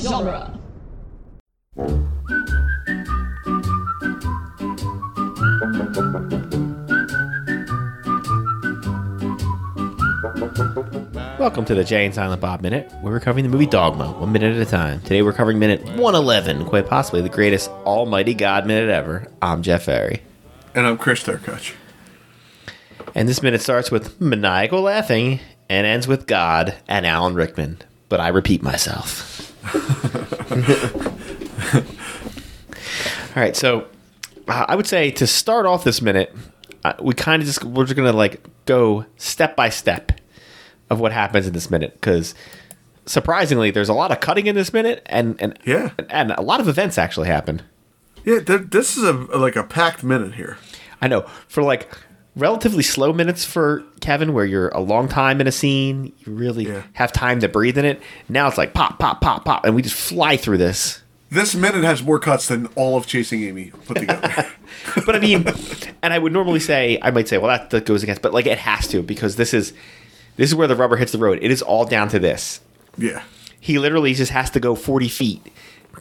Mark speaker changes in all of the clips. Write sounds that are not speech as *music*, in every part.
Speaker 1: genre.
Speaker 2: Welcome to the Jay and Silent Bob Minute. We're covering the movie Dogma, one minute at a time. Today we're covering minute 111, quite possibly the greatest almighty God minute ever. I'm Jeff Ferry.
Speaker 3: And I'm Chris Durkach.
Speaker 2: And this minute starts with maniacal laughing and ends with God and Alan Rickman. But I repeat myself. All right, so uh, I would say to start off this minute, uh, we kind of just we're just gonna like go step by step of what happens in this minute because surprisingly, there's a lot of cutting in this minute, and and
Speaker 3: Yeah.
Speaker 2: and a lot of events actually happen.
Speaker 3: Yeah, th- this is a like a packed minute here.
Speaker 2: I know for like relatively slow minutes for Kevin, where you're a long time in a scene, you really
Speaker 3: Yeah.
Speaker 2: have time to breathe in it. Now it's like pop, pop, pop, pop, and we just fly through this.
Speaker 3: This minute has more cuts than all of Chasing Amy put together.
Speaker 2: But I mean, and I would normally say I might say, well, that, that goes against, but like it has to because this is this is where the rubber hits the road. It is all down to this.
Speaker 3: *laughs* yeah.
Speaker 2: He literally just has to go 40 feet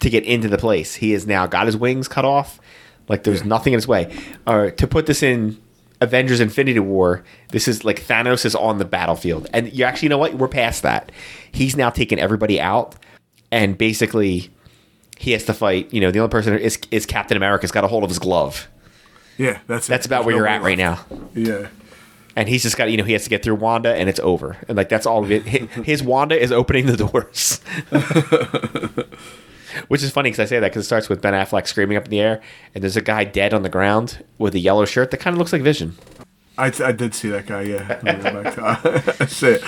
Speaker 2: to get into the place. He has now got his wings cut off. Like there's nothing in his way. Or to put this in Avengers Infinity War, this is like Thanos is on the battlefield. And you actually you know what? We're past that. He's now taken everybody out and basically he has to fight, you know, the only person is is Captain America's got a hold of his glove.
Speaker 3: Yeah, that's
Speaker 2: That's about where you're at right now.
Speaker 3: Yeah.
Speaker 2: And he's just got, you know, he has to get through Wanda and it's over. And like, that's all of it. Hi- His Wanda is opening the doors. *laughs* Which is funny because I say that because it starts with Ben Affleck screaming up in the air and there's a guy dead on the ground with a yellow shirt that kind of looks like Vision.
Speaker 3: I, I did see that guy, yeah. Let me go back to- *laughs* I see it.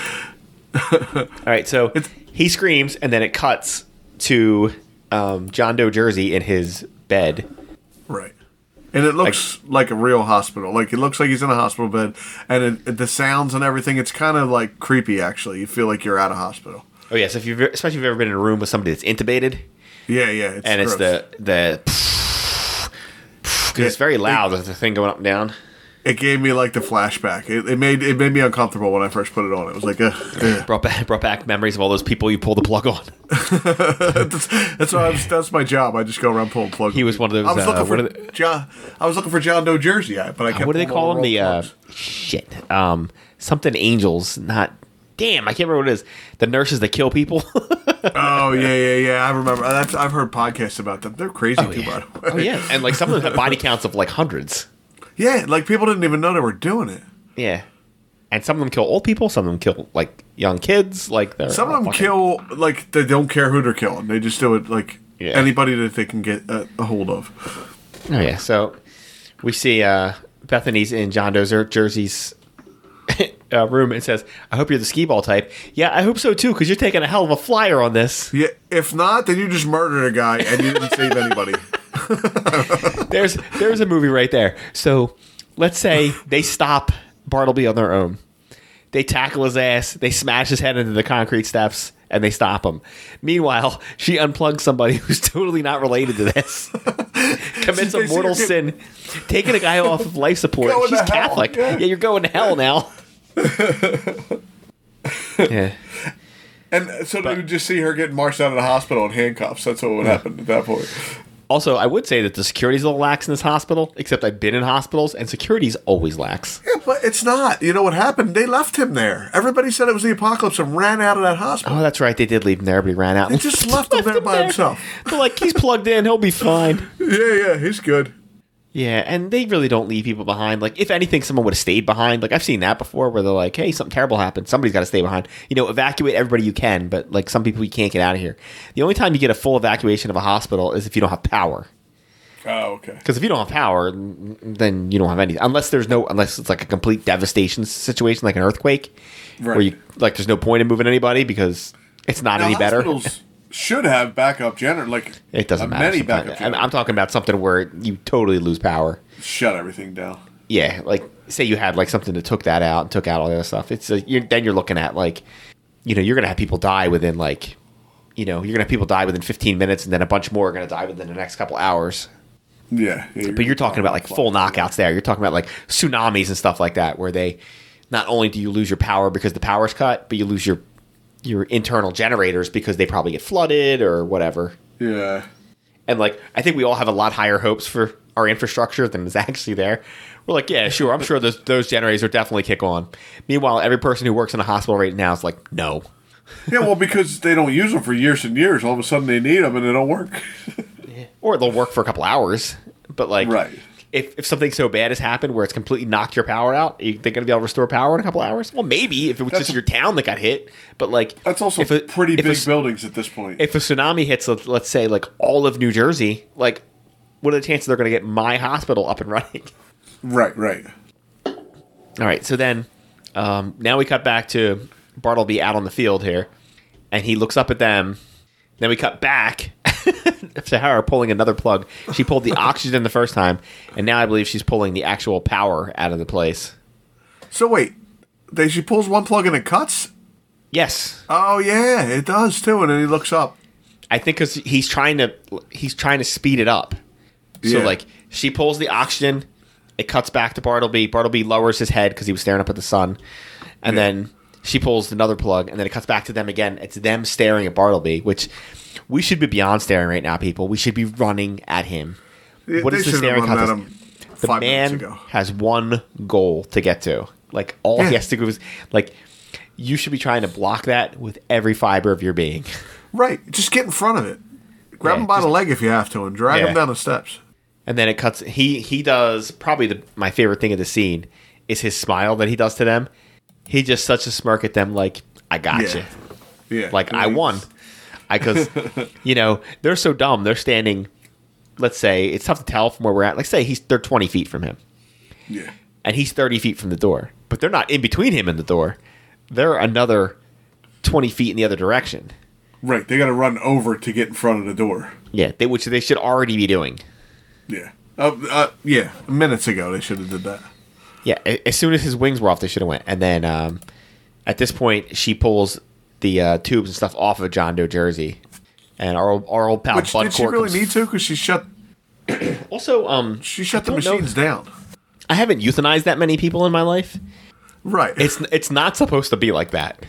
Speaker 2: All right, so he screams and then it cuts to um, John Doe Jersey in his bed.
Speaker 3: Right. And it looks like a real hospital. Like it looks like he's in a hospital bed, and it, the sounds and everything. It's kind of like creepy. Actually, you feel like you're at a hospital.
Speaker 2: Oh, yes, if you've, especially if you've ever been in a room with somebody that's intubated
Speaker 3: Yeah, yeah. It's
Speaker 2: and it's
Speaker 3: gross.
Speaker 2: the, the, because it's very loud with the thing going up and down.
Speaker 3: It gave me like the flashback. It, it made it made me uncomfortable when I first put it on. It was like a.
Speaker 2: Brought back, brought back memories of all those people you pull the plug on.
Speaker 3: *laughs* that's that's why I was, that's my job. I just go around pulling plugs.
Speaker 2: He was one of those,
Speaker 3: I was
Speaker 2: uh,
Speaker 3: looking
Speaker 2: what
Speaker 3: for
Speaker 2: are the-
Speaker 3: John. I was looking for John Doe Jersey, I- but I kept
Speaker 2: what do they
Speaker 3: pulling all
Speaker 2: call them? The
Speaker 3: wrong
Speaker 2: uh,
Speaker 3: plugs.
Speaker 2: shit, um, something angels. Not damn, I can't remember what it is. The nurses that kill people.
Speaker 3: *laughs*
Speaker 2: uh, *laughs*
Speaker 3: oh yeah, yeah, yeah. I remember. That's, I've heard podcasts about them. They're crazy
Speaker 2: Oh,
Speaker 3: too, by the way. *laughs*
Speaker 2: and like some of them have body counts of like hundreds.
Speaker 3: yeah. Like people didn't even know they were doing it.
Speaker 2: Yeah, and some of them kill old people. Some of them kill like young kids. Like they're
Speaker 3: Some of them
Speaker 2: fucking-
Speaker 3: kill like they don't care who they're killing. They just do it like
Speaker 2: Yeah.
Speaker 3: anybody that they can get a, a hold of.
Speaker 2: Oh yeah, so we see uh, Bethany's in John Dozer Jersey's. *laughs* uh, room and says, "I hope you're the skee ball type." Yeah, I hope so too, because you're taking a hell of a flyer on this.
Speaker 3: Yeah. If not, then you just murdered a guy and you didn't
Speaker 2: *laughs*
Speaker 3: save anybody.
Speaker 2: there's there's a movie right there. So let's say they stop Bartleby on their own. They tackle his ass. They smash his head into the concrete steps, and they stop him. Meanwhile, she unplugs somebody *laughs* who's totally not related to
Speaker 3: *laughs*
Speaker 2: this. Commits a
Speaker 3: They see
Speaker 2: mortal
Speaker 3: her get-
Speaker 2: sin, taking a
Speaker 3: *laughs*
Speaker 2: guy off of life support.
Speaker 3: Going
Speaker 2: She's
Speaker 3: to hell,
Speaker 2: Catholic.
Speaker 3: yeah.
Speaker 2: yeah, you're going to hell
Speaker 3: *laughs*
Speaker 2: now. yeah.
Speaker 3: And so they would just see her getting marched out of the hospital in handcuffs. That's what would happen at that point.
Speaker 2: Also, I would say that the security's a little lax in this hospital, except I've been in hospitals, and security's always lax.
Speaker 3: Yeah, *laughs* but it's not. You know what happened? They left him there. Everybody said it was the apocalypse and ran out of that hospital.
Speaker 2: Oh, that's right. They did leave him there, but he ran out.
Speaker 3: They just left him there by himself.
Speaker 2: They're like, he's plugged in. He'll be fine.
Speaker 3: Yeah, yeah, he's good.
Speaker 2: Yeah, and they really don't leave people behind. Like, if anything, someone would have stayed behind. Like, I've seen that before where they're like, hey, something terrible happened. Somebody's got to stay behind. You know, evacuate everybody you can, but like, some people you can't get out of here. The only time you get a full evacuation of a hospital is if you don't have power.
Speaker 3: Oh, okay.
Speaker 2: Because if you don't have power, n- then you don't have anything. Unless there's no, unless it's like a complete devastation situation, like an earthquake, where
Speaker 3: Right.
Speaker 2: you, like, there's no point in moving anybody because it's not any better.
Speaker 3: Hospitals should have backup generator. Like
Speaker 2: It doesn't
Speaker 3: uh,
Speaker 2: matter.
Speaker 3: Many
Speaker 2: sometimes.
Speaker 3: backup
Speaker 2: I'm,
Speaker 3: generators.
Speaker 2: I'm talking about something where you totally lose power.
Speaker 3: Shut everything down.
Speaker 2: Yeah, like say you had like something that took that out and took out all the other stuff. It's like, you're, then you're looking at like, you know, you're gonna have people die within like, you know, you're gonna have people die within 15 minutes, and then a bunch more are gonna die within the next couple hours.
Speaker 3: Yeah,
Speaker 2: But you're talking about like full knockouts there. You're talking about like tsunamis and stuff like that, where they not only do you lose your power because the power's cut, but you lose your your internal generators because they probably get flooded or whatever.
Speaker 3: Yeah.
Speaker 2: And like, I think we all have a lot higher hopes for our infrastructure than is *laughs* actually there. We're like, yeah, sure, I'm sure those those generators are definitely kick on. Meanwhile, every person who works in a hospital right now is like, no,
Speaker 3: Yeah, well, because they don't use them for years and years. All of a sudden, they need them and they don't work.
Speaker 2: or they'll work for a couple hours. But like,
Speaker 3: Right.
Speaker 2: if, if something so bad has happened where it's completely knocked your power out, are you think gonna be able to restore power in a couple hours? Well, maybe if it was
Speaker 3: That's
Speaker 2: just
Speaker 3: a-
Speaker 2: your town that got hit. But like,
Speaker 3: That's also
Speaker 2: if a-
Speaker 3: pretty
Speaker 2: if a
Speaker 3: big
Speaker 2: s-
Speaker 3: buildings at this point.
Speaker 2: if a tsunami hits, let- let's say like all of New Jersey, like what are the chances they're going to get my hospital up and running? *laughs*
Speaker 3: right, right.
Speaker 2: All right, so then um, now we cut back to Bartleby out on the field here, and he looks up at them. Then we cut back *laughs* to her pulling another plug. She pulled the oxygen the first time, and now I believe she's pulling the actual power out of the place.
Speaker 3: So wait, they she pulls one plug and it cuts.
Speaker 2: Yes,
Speaker 3: Oh yeah, it does too. And then he looks up.
Speaker 2: I think because he's trying to he's trying to speed it up. So
Speaker 3: Yeah.
Speaker 2: like she pulls the oxygen, it cuts back to Bartleby. Bartleby lowers his head because he was staring up at the sun, and
Speaker 3: Yeah.
Speaker 2: then she pulls another plug, and then it cuts back to them again. It's them staring at Bartleby, which we should be beyond staring right now, people. We should be running at him. what
Speaker 3: They
Speaker 2: is the
Speaker 3: should have
Speaker 2: staring
Speaker 3: run at
Speaker 2: contest?
Speaker 3: him
Speaker 2: The
Speaker 3: five
Speaker 2: man
Speaker 3: minutes ago.
Speaker 2: has one goal to get to. Like all
Speaker 3: Yeah.
Speaker 2: he has to do is like you should be trying to block that with every fiber of your being. *laughs*
Speaker 3: Right, just get in front of it. Grab
Speaker 2: Yeah,
Speaker 3: him by the
Speaker 2: just-
Speaker 3: leg if you have to, and drag
Speaker 2: Yeah.
Speaker 3: him down the steps.
Speaker 2: And then it cuts. He he does probably the my favorite thing of the scene is his smile that he does to them. He just such a smirk at them, like I got
Speaker 3: Yeah.
Speaker 2: you,
Speaker 3: Yeah,
Speaker 2: like I won. I because you know they're so dumb. They're standing. Let's say it's tough to tell from where we're at. Let's say he's they're twenty feet from him,
Speaker 3: Yeah,
Speaker 2: and he's thirty feet from the door. But they're not in between him and the door. They're another twenty feet in the other direction.
Speaker 3: right. They got to run over to get in front of the door.
Speaker 2: Yeah, they, which they should already be doing.
Speaker 3: Yeah, uh, uh, yeah. Minutes ago they should have did that.
Speaker 2: Yeah, a- as soon as his wings were off, they should have went. And then um, at this point, she pulls the uh, tubes and stuff off of John Doe jersey, and our old, our old pal
Speaker 3: Which
Speaker 2: Bud
Speaker 3: did she
Speaker 2: Cort
Speaker 3: really
Speaker 2: comes-
Speaker 3: need to? Because she shut
Speaker 2: Also, um,
Speaker 3: she shut the
Speaker 2: don't know.
Speaker 3: machines down.
Speaker 2: I haven't euthanized that many people in my life.
Speaker 3: Right.
Speaker 2: It's it's not supposed to be like that.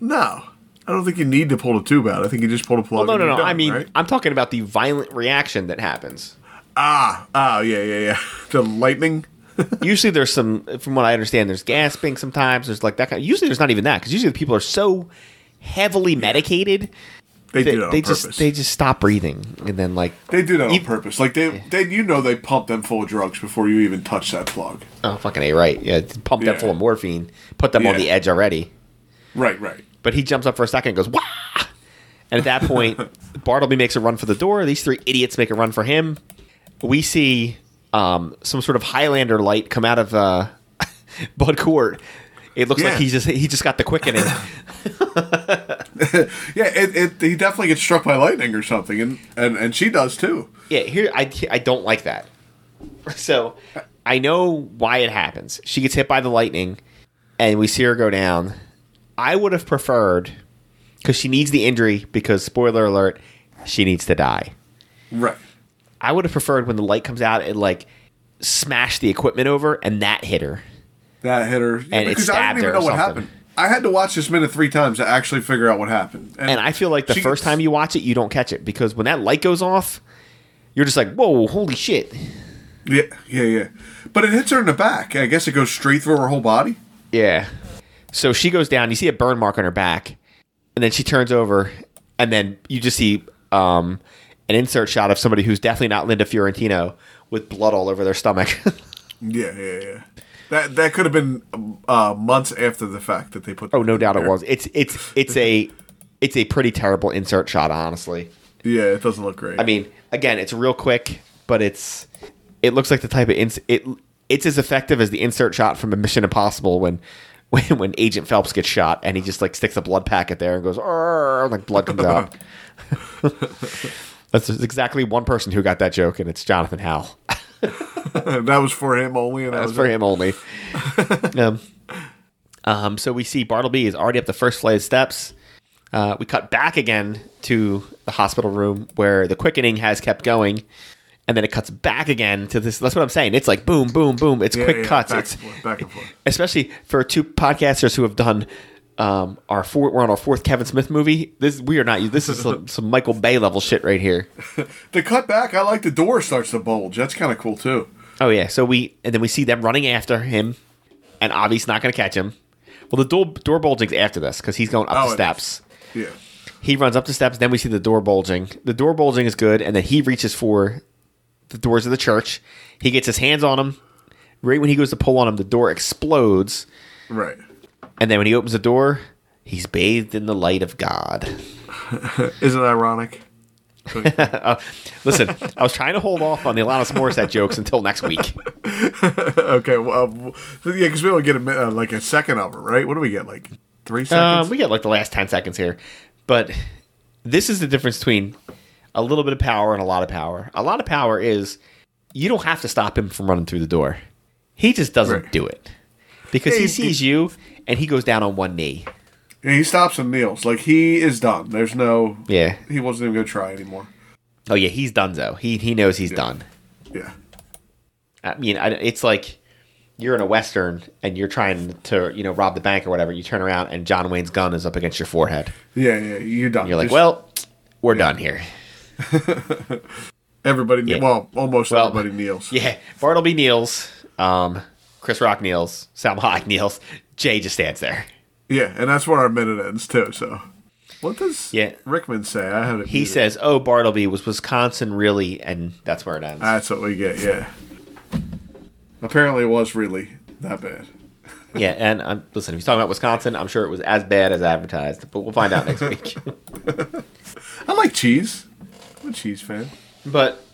Speaker 3: no. I don't think you need to pull the tube out. I think Oh, you just pull the plug.
Speaker 2: No,
Speaker 3: and
Speaker 2: no, no.
Speaker 3: you're done,
Speaker 2: I mean,
Speaker 3: right?
Speaker 2: I'm talking about the violent reaction that
Speaker 3: *laughs*
Speaker 2: happens.
Speaker 3: ah, ah, yeah, yeah, yeah. *laughs* The lightning.
Speaker 2: usually, there's some, from what I understand, there's gasping sometimes. There's like that kind. usually, there's not even that because usually the people are so heavily medicated
Speaker 3: They,
Speaker 2: that
Speaker 3: do that on
Speaker 2: they
Speaker 3: purpose.
Speaker 2: just they just stop breathing and then like
Speaker 3: They do that on
Speaker 2: Ev-
Speaker 3: purpose. Like they, they, you know, they pump them full of drugs before you even touch that plug.
Speaker 2: Oh, fucking A, right. Yeah, pump them
Speaker 3: Yeah.
Speaker 2: full of morphine, put them on
Speaker 3: Yeah.
Speaker 2: the edge already.
Speaker 3: Right, right.
Speaker 2: But he jumps up for a second and goes, wah! And at that
Speaker 3: *laughs*
Speaker 2: point, Bartleby makes a run for the door. These three idiots make a run for him. We see um, some sort of Highlander light come out of uh, *laughs* Bud Court. It looks like
Speaker 3: Yeah.
Speaker 2: he just he just got the
Speaker 3: *laughs*
Speaker 2: quickening.
Speaker 3: Yeah, it, it, he definitely gets struck by lightning or something, and, and, and she does too.
Speaker 2: yeah, here I I don't like that. *laughs* So I know why it happens. She gets hit by the lightning, and we see her go down. I would have preferred because she needs the injury. Because spoiler alert, she needs to die.
Speaker 3: Right.
Speaker 2: I would have preferred when the light comes out, it like smashed the equipment over, and that hit her.
Speaker 3: That hit her.
Speaker 2: And it stabbed her or something.
Speaker 3: happened. I had to watch this minute three times to actually figure out what happened.
Speaker 2: And I feel like the
Speaker 3: she
Speaker 2: first
Speaker 3: gets-
Speaker 2: time you watch it, you don't catch it because when that light goes off, you're just like, "Whoa, holy shit!"
Speaker 3: Yeah, yeah, yeah. But it hits her in the back. I guess it goes straight through her whole body.
Speaker 2: Yeah. So she goes down. You see a burn mark on her back, and then she turns over, and then you just see um, an insert shot of somebody who's definitely not Linda Fiorentino with blood all over their stomach. *laughs*
Speaker 3: Yeah, yeah, yeah. That that could have been uh, months after the fact that they put.
Speaker 2: oh, no doubt it was. It's it's it's a it's a pretty terrible insert shot, honestly.
Speaker 3: Yeah, it doesn't look great.
Speaker 2: I
Speaker 3: *laughs*
Speaker 2: mean, again, it's real quick, but it's it looks like the type of ins- it it's as effective as the insert shot from a Mission Impossible when *laughs* when, when Agent Phelps gets shot and he just like sticks a blood packet there and goes "Arr," and, like blood comes
Speaker 3: *laughs*
Speaker 2: out. That's just exactly one person who got that joke, and it's Jonathan Howell. *laughs*
Speaker 3: that was for him only, and that,
Speaker 2: That's
Speaker 3: was
Speaker 2: for him
Speaker 3: *laughs*
Speaker 2: only. um, um, so we see Bartleby is already up the first flight of steps. Uh, we cut back again to the hospital room where the quickening has kept going, and then it cuts back again to this. That's what I'm saying. It's like boom, boom, boom. It's
Speaker 3: Yeah,
Speaker 2: quick
Speaker 3: yeah,
Speaker 2: cuts.
Speaker 3: Back
Speaker 2: it's
Speaker 3: and forth, back and forth.
Speaker 2: especially for two podcasters who have done Um, our four, we're on our fourth Kevin Smith movie. This we are not. This is some, some Michael Bay level shit right here.
Speaker 3: The cutback, I like the door starts to bulge. That's kind of cool too.
Speaker 2: Oh yeah. So we and then we see them running after him, and Avi's not going to catch him. Well, the door door bulging's after this because he's going up
Speaker 3: Oh, it
Speaker 2: the
Speaker 3: is.
Speaker 2: steps.
Speaker 3: Yeah.
Speaker 2: He runs up the steps. Then we see the door bulging. The door bulging is good, and then he reaches for the doors of the church. He gets his hands on him. Right when he goes to pull on him, the door explodes,
Speaker 3: Right.
Speaker 2: and then when he opens the door, he's bathed in the light of God.
Speaker 3: Isn't it
Speaker 2: *laughs*
Speaker 3: ironic?
Speaker 2: Listen, I was trying to hold off on the Alanis Morissette jokes until next week.
Speaker 3: Okay. Well, uh, w- yeah, because we only get a, mi- uh, like a second of it, right? What do we get? Like three seconds.
Speaker 2: Um, we got like the last 10 seconds here. But this is the difference between a little bit of power and a lot of power. A lot of power is you don't have to stop him from running through the door. He just doesn't
Speaker 3: Right.
Speaker 2: do it because
Speaker 3: Yeah,
Speaker 2: he
Speaker 3: he-
Speaker 2: sees you and he goes down on one knee.
Speaker 3: Yeah, he stops and kneels. Like he is done. There's no.
Speaker 2: Yeah.
Speaker 3: He wasn't even gonna try anymore.
Speaker 2: Oh, yeah. He's done, though. He, he knows he's done.
Speaker 3: Yeah.
Speaker 2: I mean, I, it's like you're in a Western and you're trying to, you know, rob the bank or whatever. You turn around and John Wayne's gun is up against your forehead.
Speaker 3: Yeah. Yeah. You're done.
Speaker 2: You're like,
Speaker 3: Just-
Speaker 2: well, we're done here.
Speaker 3: Everybody. kne-
Speaker 2: yeah.
Speaker 3: Well, almost
Speaker 2: Well,
Speaker 3: everybody kneels.
Speaker 2: Yeah, Bartleby kneels. Um, Chris Rock kneels. Salma Hayek kneels. Jay just stands there.
Speaker 3: Yeah, and that's where our minute ends too. So, what does
Speaker 2: Yeah.
Speaker 3: Rickman say? I have it.
Speaker 2: He
Speaker 3: muted.
Speaker 2: says, "Oh, Bartleby was Wisconsin, really?" And that's where it ends.
Speaker 3: That's what we get. Yeah. Apparently, it was really that bad.
Speaker 2: yeah, and um, listen, if he's talking about Wisconsin, I'm sure it was as bad as advertised, but we'll find out next week.
Speaker 3: I like cheese. I'm a cheese fan.
Speaker 2: but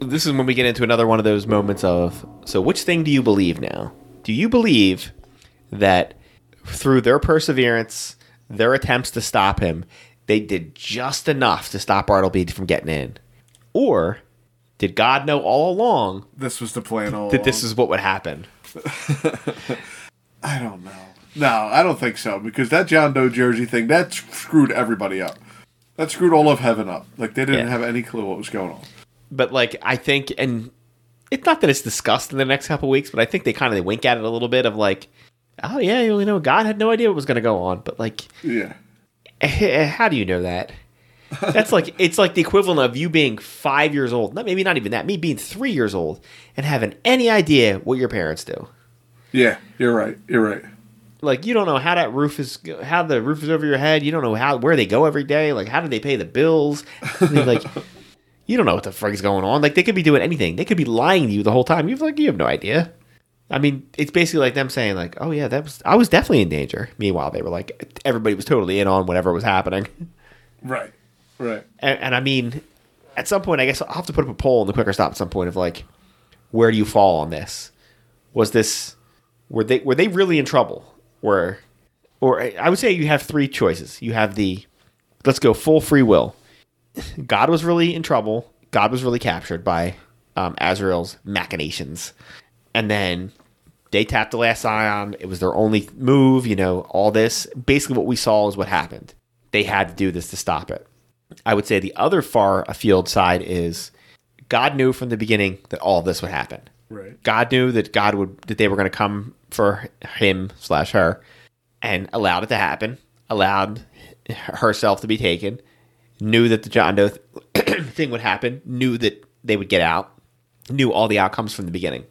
Speaker 2: this is when we get into another one of those moments of, so which thing do you believe now? Do you believe that through their perseverance, their attempts to stop him, they did just enough to stop Bartleby from getting in? Or did God know all along
Speaker 3: This was the plan all.
Speaker 2: that this
Speaker 3: along.
Speaker 2: is what would happen?
Speaker 3: I don't know. No, I don't think so because that John Doe jersey thing that screwed everybody up. That screwed all of heaven up. Like they didn't
Speaker 2: Yeah.
Speaker 3: have any clue what was going on.
Speaker 2: But like I think and it's not that it's discussed in the next couple weeks, but I think they kind of wink at it a little bit of like, oh yeah, you know, God had no idea what was going to go on, but like
Speaker 3: Yeah.
Speaker 2: Eh, how do you know that? That's like it's like the equivalent of you being five years old. Not maybe not even that. Me being three years old and having any idea what your parents do.
Speaker 3: Yeah. You're right. You're right.
Speaker 2: Like you don't know how that roof is, how the roof is over your head. You don't know how where they go every day. Like how do they pay the bills? I mean, like you don't know what the frick is going on. Like they could be doing anything. They could be lying to you the whole time. You've like you have no idea. I mean, it's basically like them saying like, "Oh yeah, that was I was definitely in danger." Meanwhile, they were like everybody was totally in on whatever was happening.
Speaker 3: Right. Right.
Speaker 2: and, and I mean, at some point, I guess I'll have to put up a poll in the quicker stop at some point of like, where do you fall on this? Was this were they were they really in trouble? Were or I would say you have three choices. You have the let's go full free will. God was really in trouble. God was really captured by um, Azrael's machinations, and then they tapped the last ion. It was their only move. You know, all this basically what we saw is what happened. They had to do this to stop it. I would say the other far afield side is God knew from the beginning that all this would happen.
Speaker 3: Right.
Speaker 2: God knew that God would that they were going to come for him slash her, and allowed it to happen. Allowed herself to be taken. Knew that the John Doe th- *clears throat* thing would happen. Knew that they would get out. Knew all the outcomes from the beginning.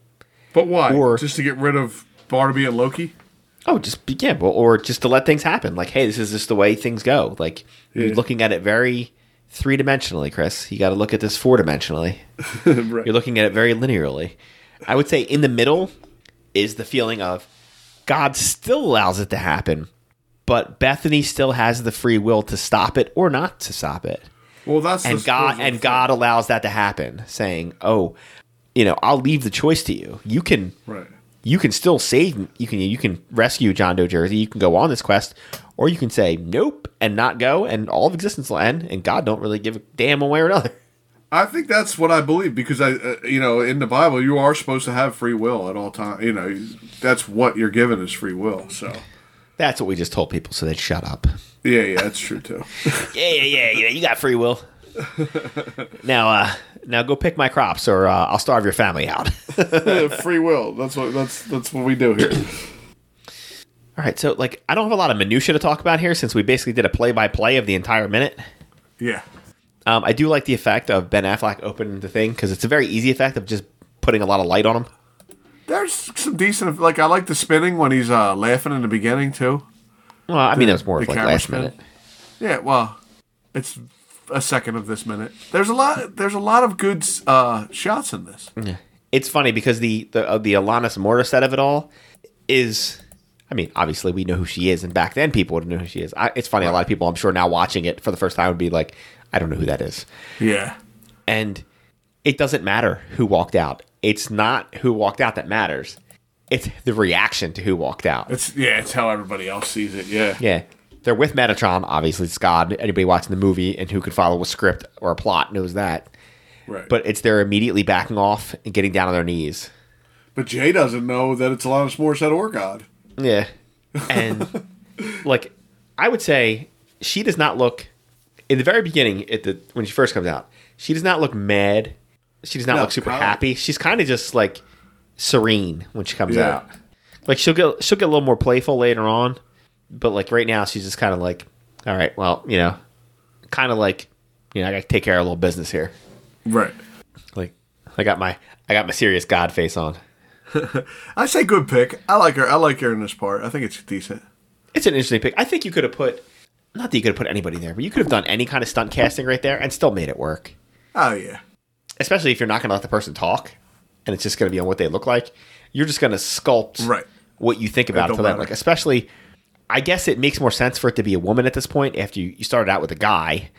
Speaker 3: But why?
Speaker 2: Or-
Speaker 3: Just to get rid of Barnaby and Loki? *laughs*
Speaker 2: Oh, just be- yeah, well, or just to let things happen. Like, hey, this is just the way things go. Like you're
Speaker 3: Yeah.
Speaker 2: looking at it very three dimensionally, Chris. You got to look at this four dimensionally.
Speaker 3: right.
Speaker 2: You're looking at it very linearly. I would say in the middle is the feeling of God still allows it to happen, but Bethany still has the free will to stop it or not to stop it.
Speaker 3: Well, that's
Speaker 2: And
Speaker 3: the
Speaker 2: God
Speaker 3: supposed
Speaker 2: and
Speaker 3: thing.
Speaker 2: God allows that to happen, saying, "Oh, you know, I'll leave the choice to you. You can
Speaker 3: Right.
Speaker 2: you can still save you can you can rescue John Doe Jersey, you can go on this quest, or you can say nope and not go and all of existence will end and God don't really give a damn one way or another." *laughs*
Speaker 3: I think that's what I believe because I, uh, you know, in the Bible, you are supposed to have free will at all time. You know, that's what you're given is free will. So,
Speaker 2: That's what we just told people so they'd shut up.
Speaker 3: yeah, yeah, that's true too. *laughs*
Speaker 2: yeah, yeah, yeah, yeah. You got free will. now, uh, now go pick my crops, or uh, I'll starve your family out. *laughs*
Speaker 3: free will. That's what that's that's what we do here.
Speaker 2: All right, so like I don't have a lot of minutia to talk about here since we basically did a play-by-play of the entire minute.
Speaker 3: Yeah.
Speaker 2: Um, I do like the effect of Ben Affleck opening the thing because it's a very easy effect of just putting a lot of light on him.
Speaker 3: There's some decent. Like I like the spinning when he's uh, laughing in the beginning too.
Speaker 2: Well, I mean that was more of
Speaker 3: the
Speaker 2: like
Speaker 3: camera
Speaker 2: last
Speaker 3: spin.
Speaker 2: minute.
Speaker 3: Yeah. Well, it's a second of this minute. There's a lot. There's a lot of good uh, shots in this.
Speaker 2: Mm. It's funny because the the uh, the Alanis Morissette of it all is. I mean, obviously we know who she is, and back then people would know who she is. I, it's funny, a lot of people I'm sure now watching it for the first time would be like, I don't know who that is.
Speaker 3: Yeah.
Speaker 2: And it doesn't matter who walked out. It's not who walked out that matters. It's the reaction to who walked out.
Speaker 3: It's yeah. It's how everybody else sees it. Yeah.
Speaker 2: Yeah. They're with Metatron, obviously it's God. Anybody watching the movie and who can follow a script or a plot knows that.
Speaker 3: Right.
Speaker 2: But it's they're immediately backing off and getting down on their knees.
Speaker 3: but Jay doesn't know that it's Alanis Morissette or God.
Speaker 2: Yeah.
Speaker 3: *laughs*
Speaker 2: And like I would say she does not look in the very beginning at the when she first comes out, she does not look mad. She does not
Speaker 3: No,
Speaker 2: look super
Speaker 3: probably-
Speaker 2: happy. She's kind of just like serene when she comes
Speaker 3: Yeah.
Speaker 2: out. Like she'll get she'll get a little more playful later on, but like right now she's just kind of like, all right, well, you know, kind of like, you know, I got to take care of a little business here.
Speaker 3: Right.
Speaker 2: Like I got my I got my serious god face on.
Speaker 3: I say good pick. I like her. I like her in this part. I think it's decent.
Speaker 2: It's an interesting pick. I think you could have put not that you could have put anybody there, but you could have done any kind of stunt casting right there and still made it work.
Speaker 3: Oh yeah.
Speaker 2: Especially if you're not going to let the person talk and it's just going to be on what they look like. You're just going to sculpt
Speaker 3: Right.
Speaker 2: what you think about it
Speaker 3: don't
Speaker 2: for them.
Speaker 3: matter.
Speaker 2: Like especially I guess it makes more sense for it to be a woman at this point after you, you started out with a guy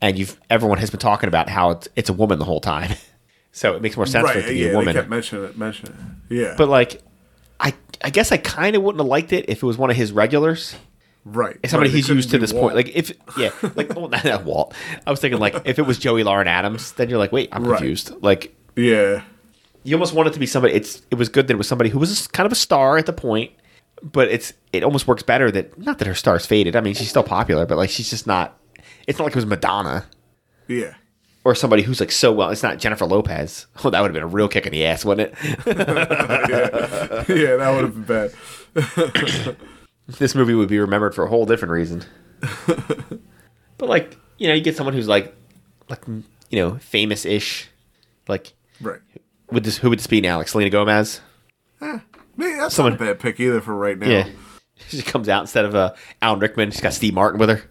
Speaker 2: and you've everyone has been talking about how it's, it's a woman the whole time. *laughs* So it makes more sense for it
Speaker 3: Right.
Speaker 2: to be
Speaker 3: Yeah.
Speaker 2: a
Speaker 3: They
Speaker 2: woman.
Speaker 3: kept mentioning it. Mentioning it. Yeah.
Speaker 2: but like I I guess I kind of wouldn't have liked it if it was one of his regulars.
Speaker 3: right.
Speaker 2: somebody
Speaker 3: Right, it
Speaker 2: he's used to
Speaker 3: couldn't be
Speaker 2: this
Speaker 3: Walt.
Speaker 2: point. Like if yeah, like well, *laughs* not, not Walt. I was thinking like if it was Joey Lauren Adams, then you're like, wait, I'm
Speaker 3: Right.
Speaker 2: confused. Like
Speaker 3: yeah.
Speaker 2: you almost want it to be somebody. It's it was good that it was somebody who was kind of a star at the point, but it's it almost works better that not that her star's faded. I mean, she's still popular, but like she's just not. It's not like it was Madonna *laughs*
Speaker 3: Yeah. *laughs*
Speaker 2: or somebody who's like so well. It's not Jennifer Lopez. *laughs* Oh, that would have been a real kick in the ass, wouldn't it? *laughs*
Speaker 3: yeah, that would have been bad.
Speaker 2: this movie would be remembered for a whole different reason. but like you know, you get someone who's like like you know famous ish, like
Speaker 3: Right.
Speaker 2: would this who would this be now? Like Selena Gomez?
Speaker 3: Man, that's
Speaker 2: Someone-
Speaker 3: not a bad pick either for right now.
Speaker 2: Yeah. *laughs*
Speaker 3: *laughs*
Speaker 2: She comes out instead of uh, Alan Rickman. She's got Steve Martin with her.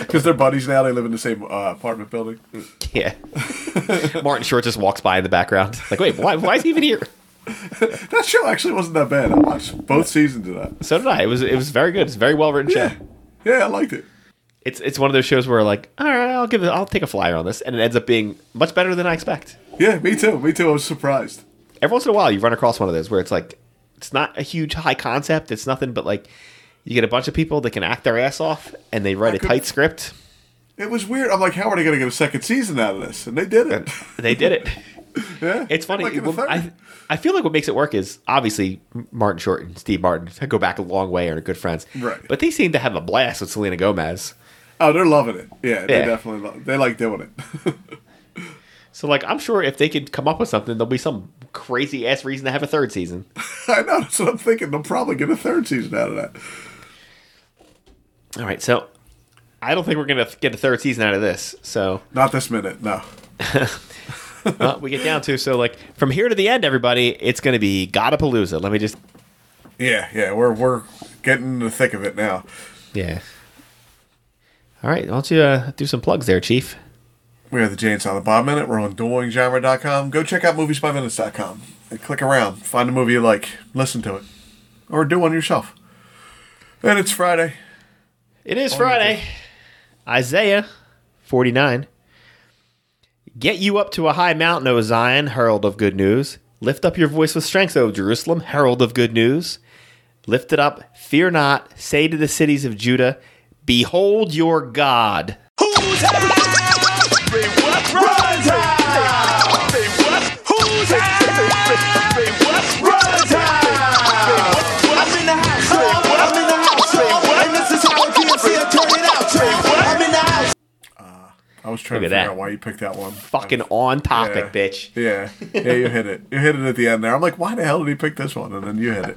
Speaker 3: Because they're buddies now. They live in the same uh, apartment building.
Speaker 2: *laughs* Yeah. Martin Short just walks by in the background. Like, wait, why, why is he even here?
Speaker 3: That show actually wasn't that bad. I watched both seasons of that.
Speaker 2: So did I. It was it was very good. It's a very well written
Speaker 3: Yeah.
Speaker 2: show.
Speaker 3: Yeah, I liked it.
Speaker 2: It's it's one of those shows where like, all right, I'll give it. I'll take a flyer on this, and it ends up being much better than I expect.
Speaker 3: Yeah, me too. Me too. I was surprised.
Speaker 2: every once in a while you run across one of those where it's like it's not a huge high concept it's nothing but like you get a bunch of people that can act their ass off and they write a
Speaker 3: could-
Speaker 2: tight script
Speaker 3: It was weird. I'm like, how are they going to get a second season out of this? And they did *laughs* it.
Speaker 2: they did it
Speaker 3: yeah.
Speaker 2: it's funny
Speaker 3: Like in the
Speaker 2: Well, I,
Speaker 3: third.
Speaker 2: I feel like what makes it work is obviously martin short and steve martin *laughs* go back a long way and are good friends
Speaker 3: Right.
Speaker 2: but they seem to have a blast with selena gomez
Speaker 3: Oh, they're loving it. Yeah, they
Speaker 2: Yeah.
Speaker 3: definitely love They like doing it. *laughs*
Speaker 2: so like i'm sure if they could come up with something there'll be some crazy ass reason to have a third season
Speaker 3: I know. That's what I'm thinking. They'll probably get a third season out of that.
Speaker 2: all right so i don't think we're gonna get a third season out of this *laughs* so
Speaker 3: Not this minute. No.
Speaker 2: well, we get down to so like from here to the end, everybody, it's going to be Godapalooza. Let me just
Speaker 3: Yeah, yeah. We're, we're getting in the thick of it now.
Speaker 2: yeah. All right, why don't you uh, do some plugs there, Chief?
Speaker 3: We are the Giants on the Bob Minute. We're on duelinggenre.com. Go check out moviesbyminutes.com and click around. Find a movie you like. Listen to it. Or do one yourself. And it's Friday.
Speaker 2: It is Friday, Isaiah forty nine. Get you up to a high mountain, O Zion, herald of good news. Lift up your voice with strength, O Jerusalem, herald of good news. Lift it up, fear not. Say to the cities of Judah, Behold your God.
Speaker 1: Who's house? They what? Runs house. They what? Who's house? They what? Runs house. I'm in the house. I'm in the house. And this is how DMC turn it out. I'm in the house.
Speaker 3: I was trying
Speaker 2: Look
Speaker 3: to
Speaker 2: at
Speaker 3: figure
Speaker 2: that.
Speaker 3: out why you picked that one.
Speaker 2: Fucking on topic,
Speaker 3: Yeah.
Speaker 2: bitch.
Speaker 3: Yeah. Yeah, you hit it. You hit it at the end there. I'm like, why the hell did he pick this one? And then you hit it.